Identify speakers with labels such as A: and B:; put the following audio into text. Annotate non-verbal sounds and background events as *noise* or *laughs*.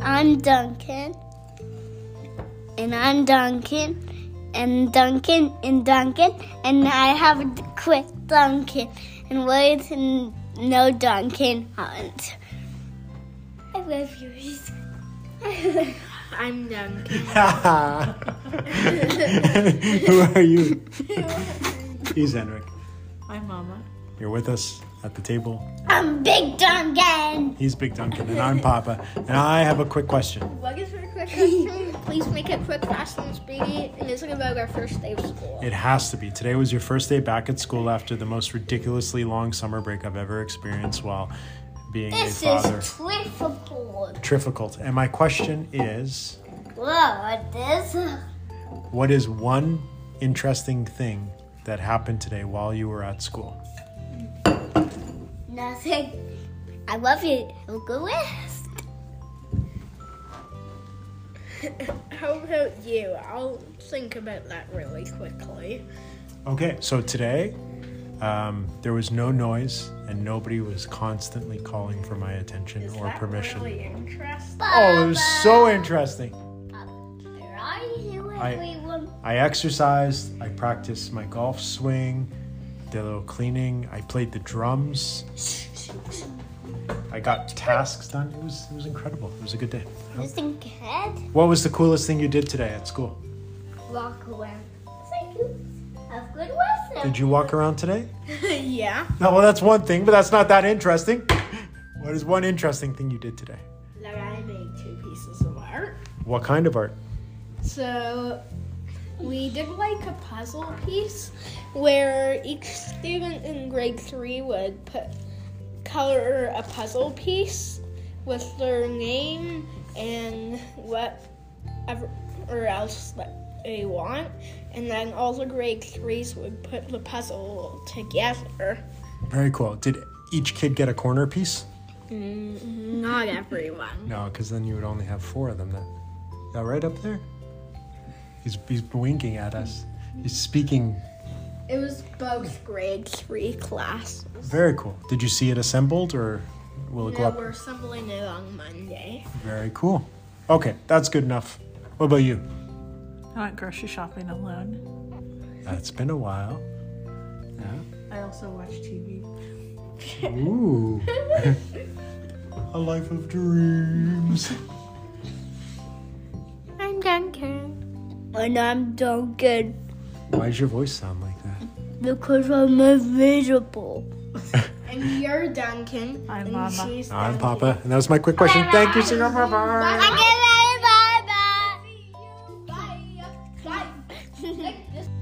A: I'm Duncan. And I'm Duncan. And Duncan and Duncan. And I have a quick Duncan. And Williams and no Duncan Hunt. I love yours.
B: I'm Duncan.
C: *laughs* Who are you? He's Henrik.
B: I'm Mama.
C: You're with us at the table.
A: *laughs* I'm Big Duncan.
C: He's Big Duncan, and I'm Papa. And I have a quick question.
D: What is your quick question? Please make it quick, fast, and speedy. And it's about our first day of school.
C: It has to be. Today was your first day back at school after the most ridiculously long summer break I've ever experienced while being
A: This
C: a
A: is
C: father.
A: Twiffleport.
C: Difficult. And my question is
A: What is
C: what is one interesting thing that happened today while you were at school?
A: nothing? I love you. Have a good rest.
D: How about you? I'll think about that really quickly.
C: Okay, so today um, there was no noise and nobody was constantly calling for my attention or permission.
D: Really interesting.
C: Oh, it was so interesting.
A: Where are you,
C: I-
A: everyone?
C: I exercised, I practiced my golf swing, did a little cleaning, I played the drums. I got tasks done. It was it was incredible. It was a good day.
A: Missing head?
C: What was the coolest thing you did today at school?
A: Walk around. Thank you. Have good rest.
C: Did you walk around today?
D: yeah.
C: No, well that's one thing, but that's not that interesting. *laughs* What is one interesting thing you did today?
D: That I made two pieces of art.
C: What kind of art?
D: So we did like a puzzle piece where each student in grade three would put color a puzzle piece with their name and what ever- or else that they want, and then all the grade threes would put the puzzle together.
C: Very cool. Did each kid get a corner piece?
D: Not everyone.
C: No, because then you would only have four of them. Then, is that right up there? He's he's winking at us. He's speaking.
D: It was both grade three classes.
C: Very cool. Did you see it assembled, or will it go
D: No,
C: up?
D: we're assembling it on Monday.
C: Very cool. Okay, that's good enough. What about you?
B: I went grocery shopping alone.
C: That's been a while.
B: I also watch TV.
C: Ooh. *laughs* a life of dreams.
A: I'm Duncan. And I'm Duncan
C: Why does your voice sound like that?
A: because I'm invisible.
D: And you're Duncan.
B: I'm
D: and
B: Mama.
D: She's
C: I'm
D: Duncan.
C: Papa, and that was my quick question. Thank you, Senior Papa.
A: I can bye bye. *laughs*
D: Bye. Bye.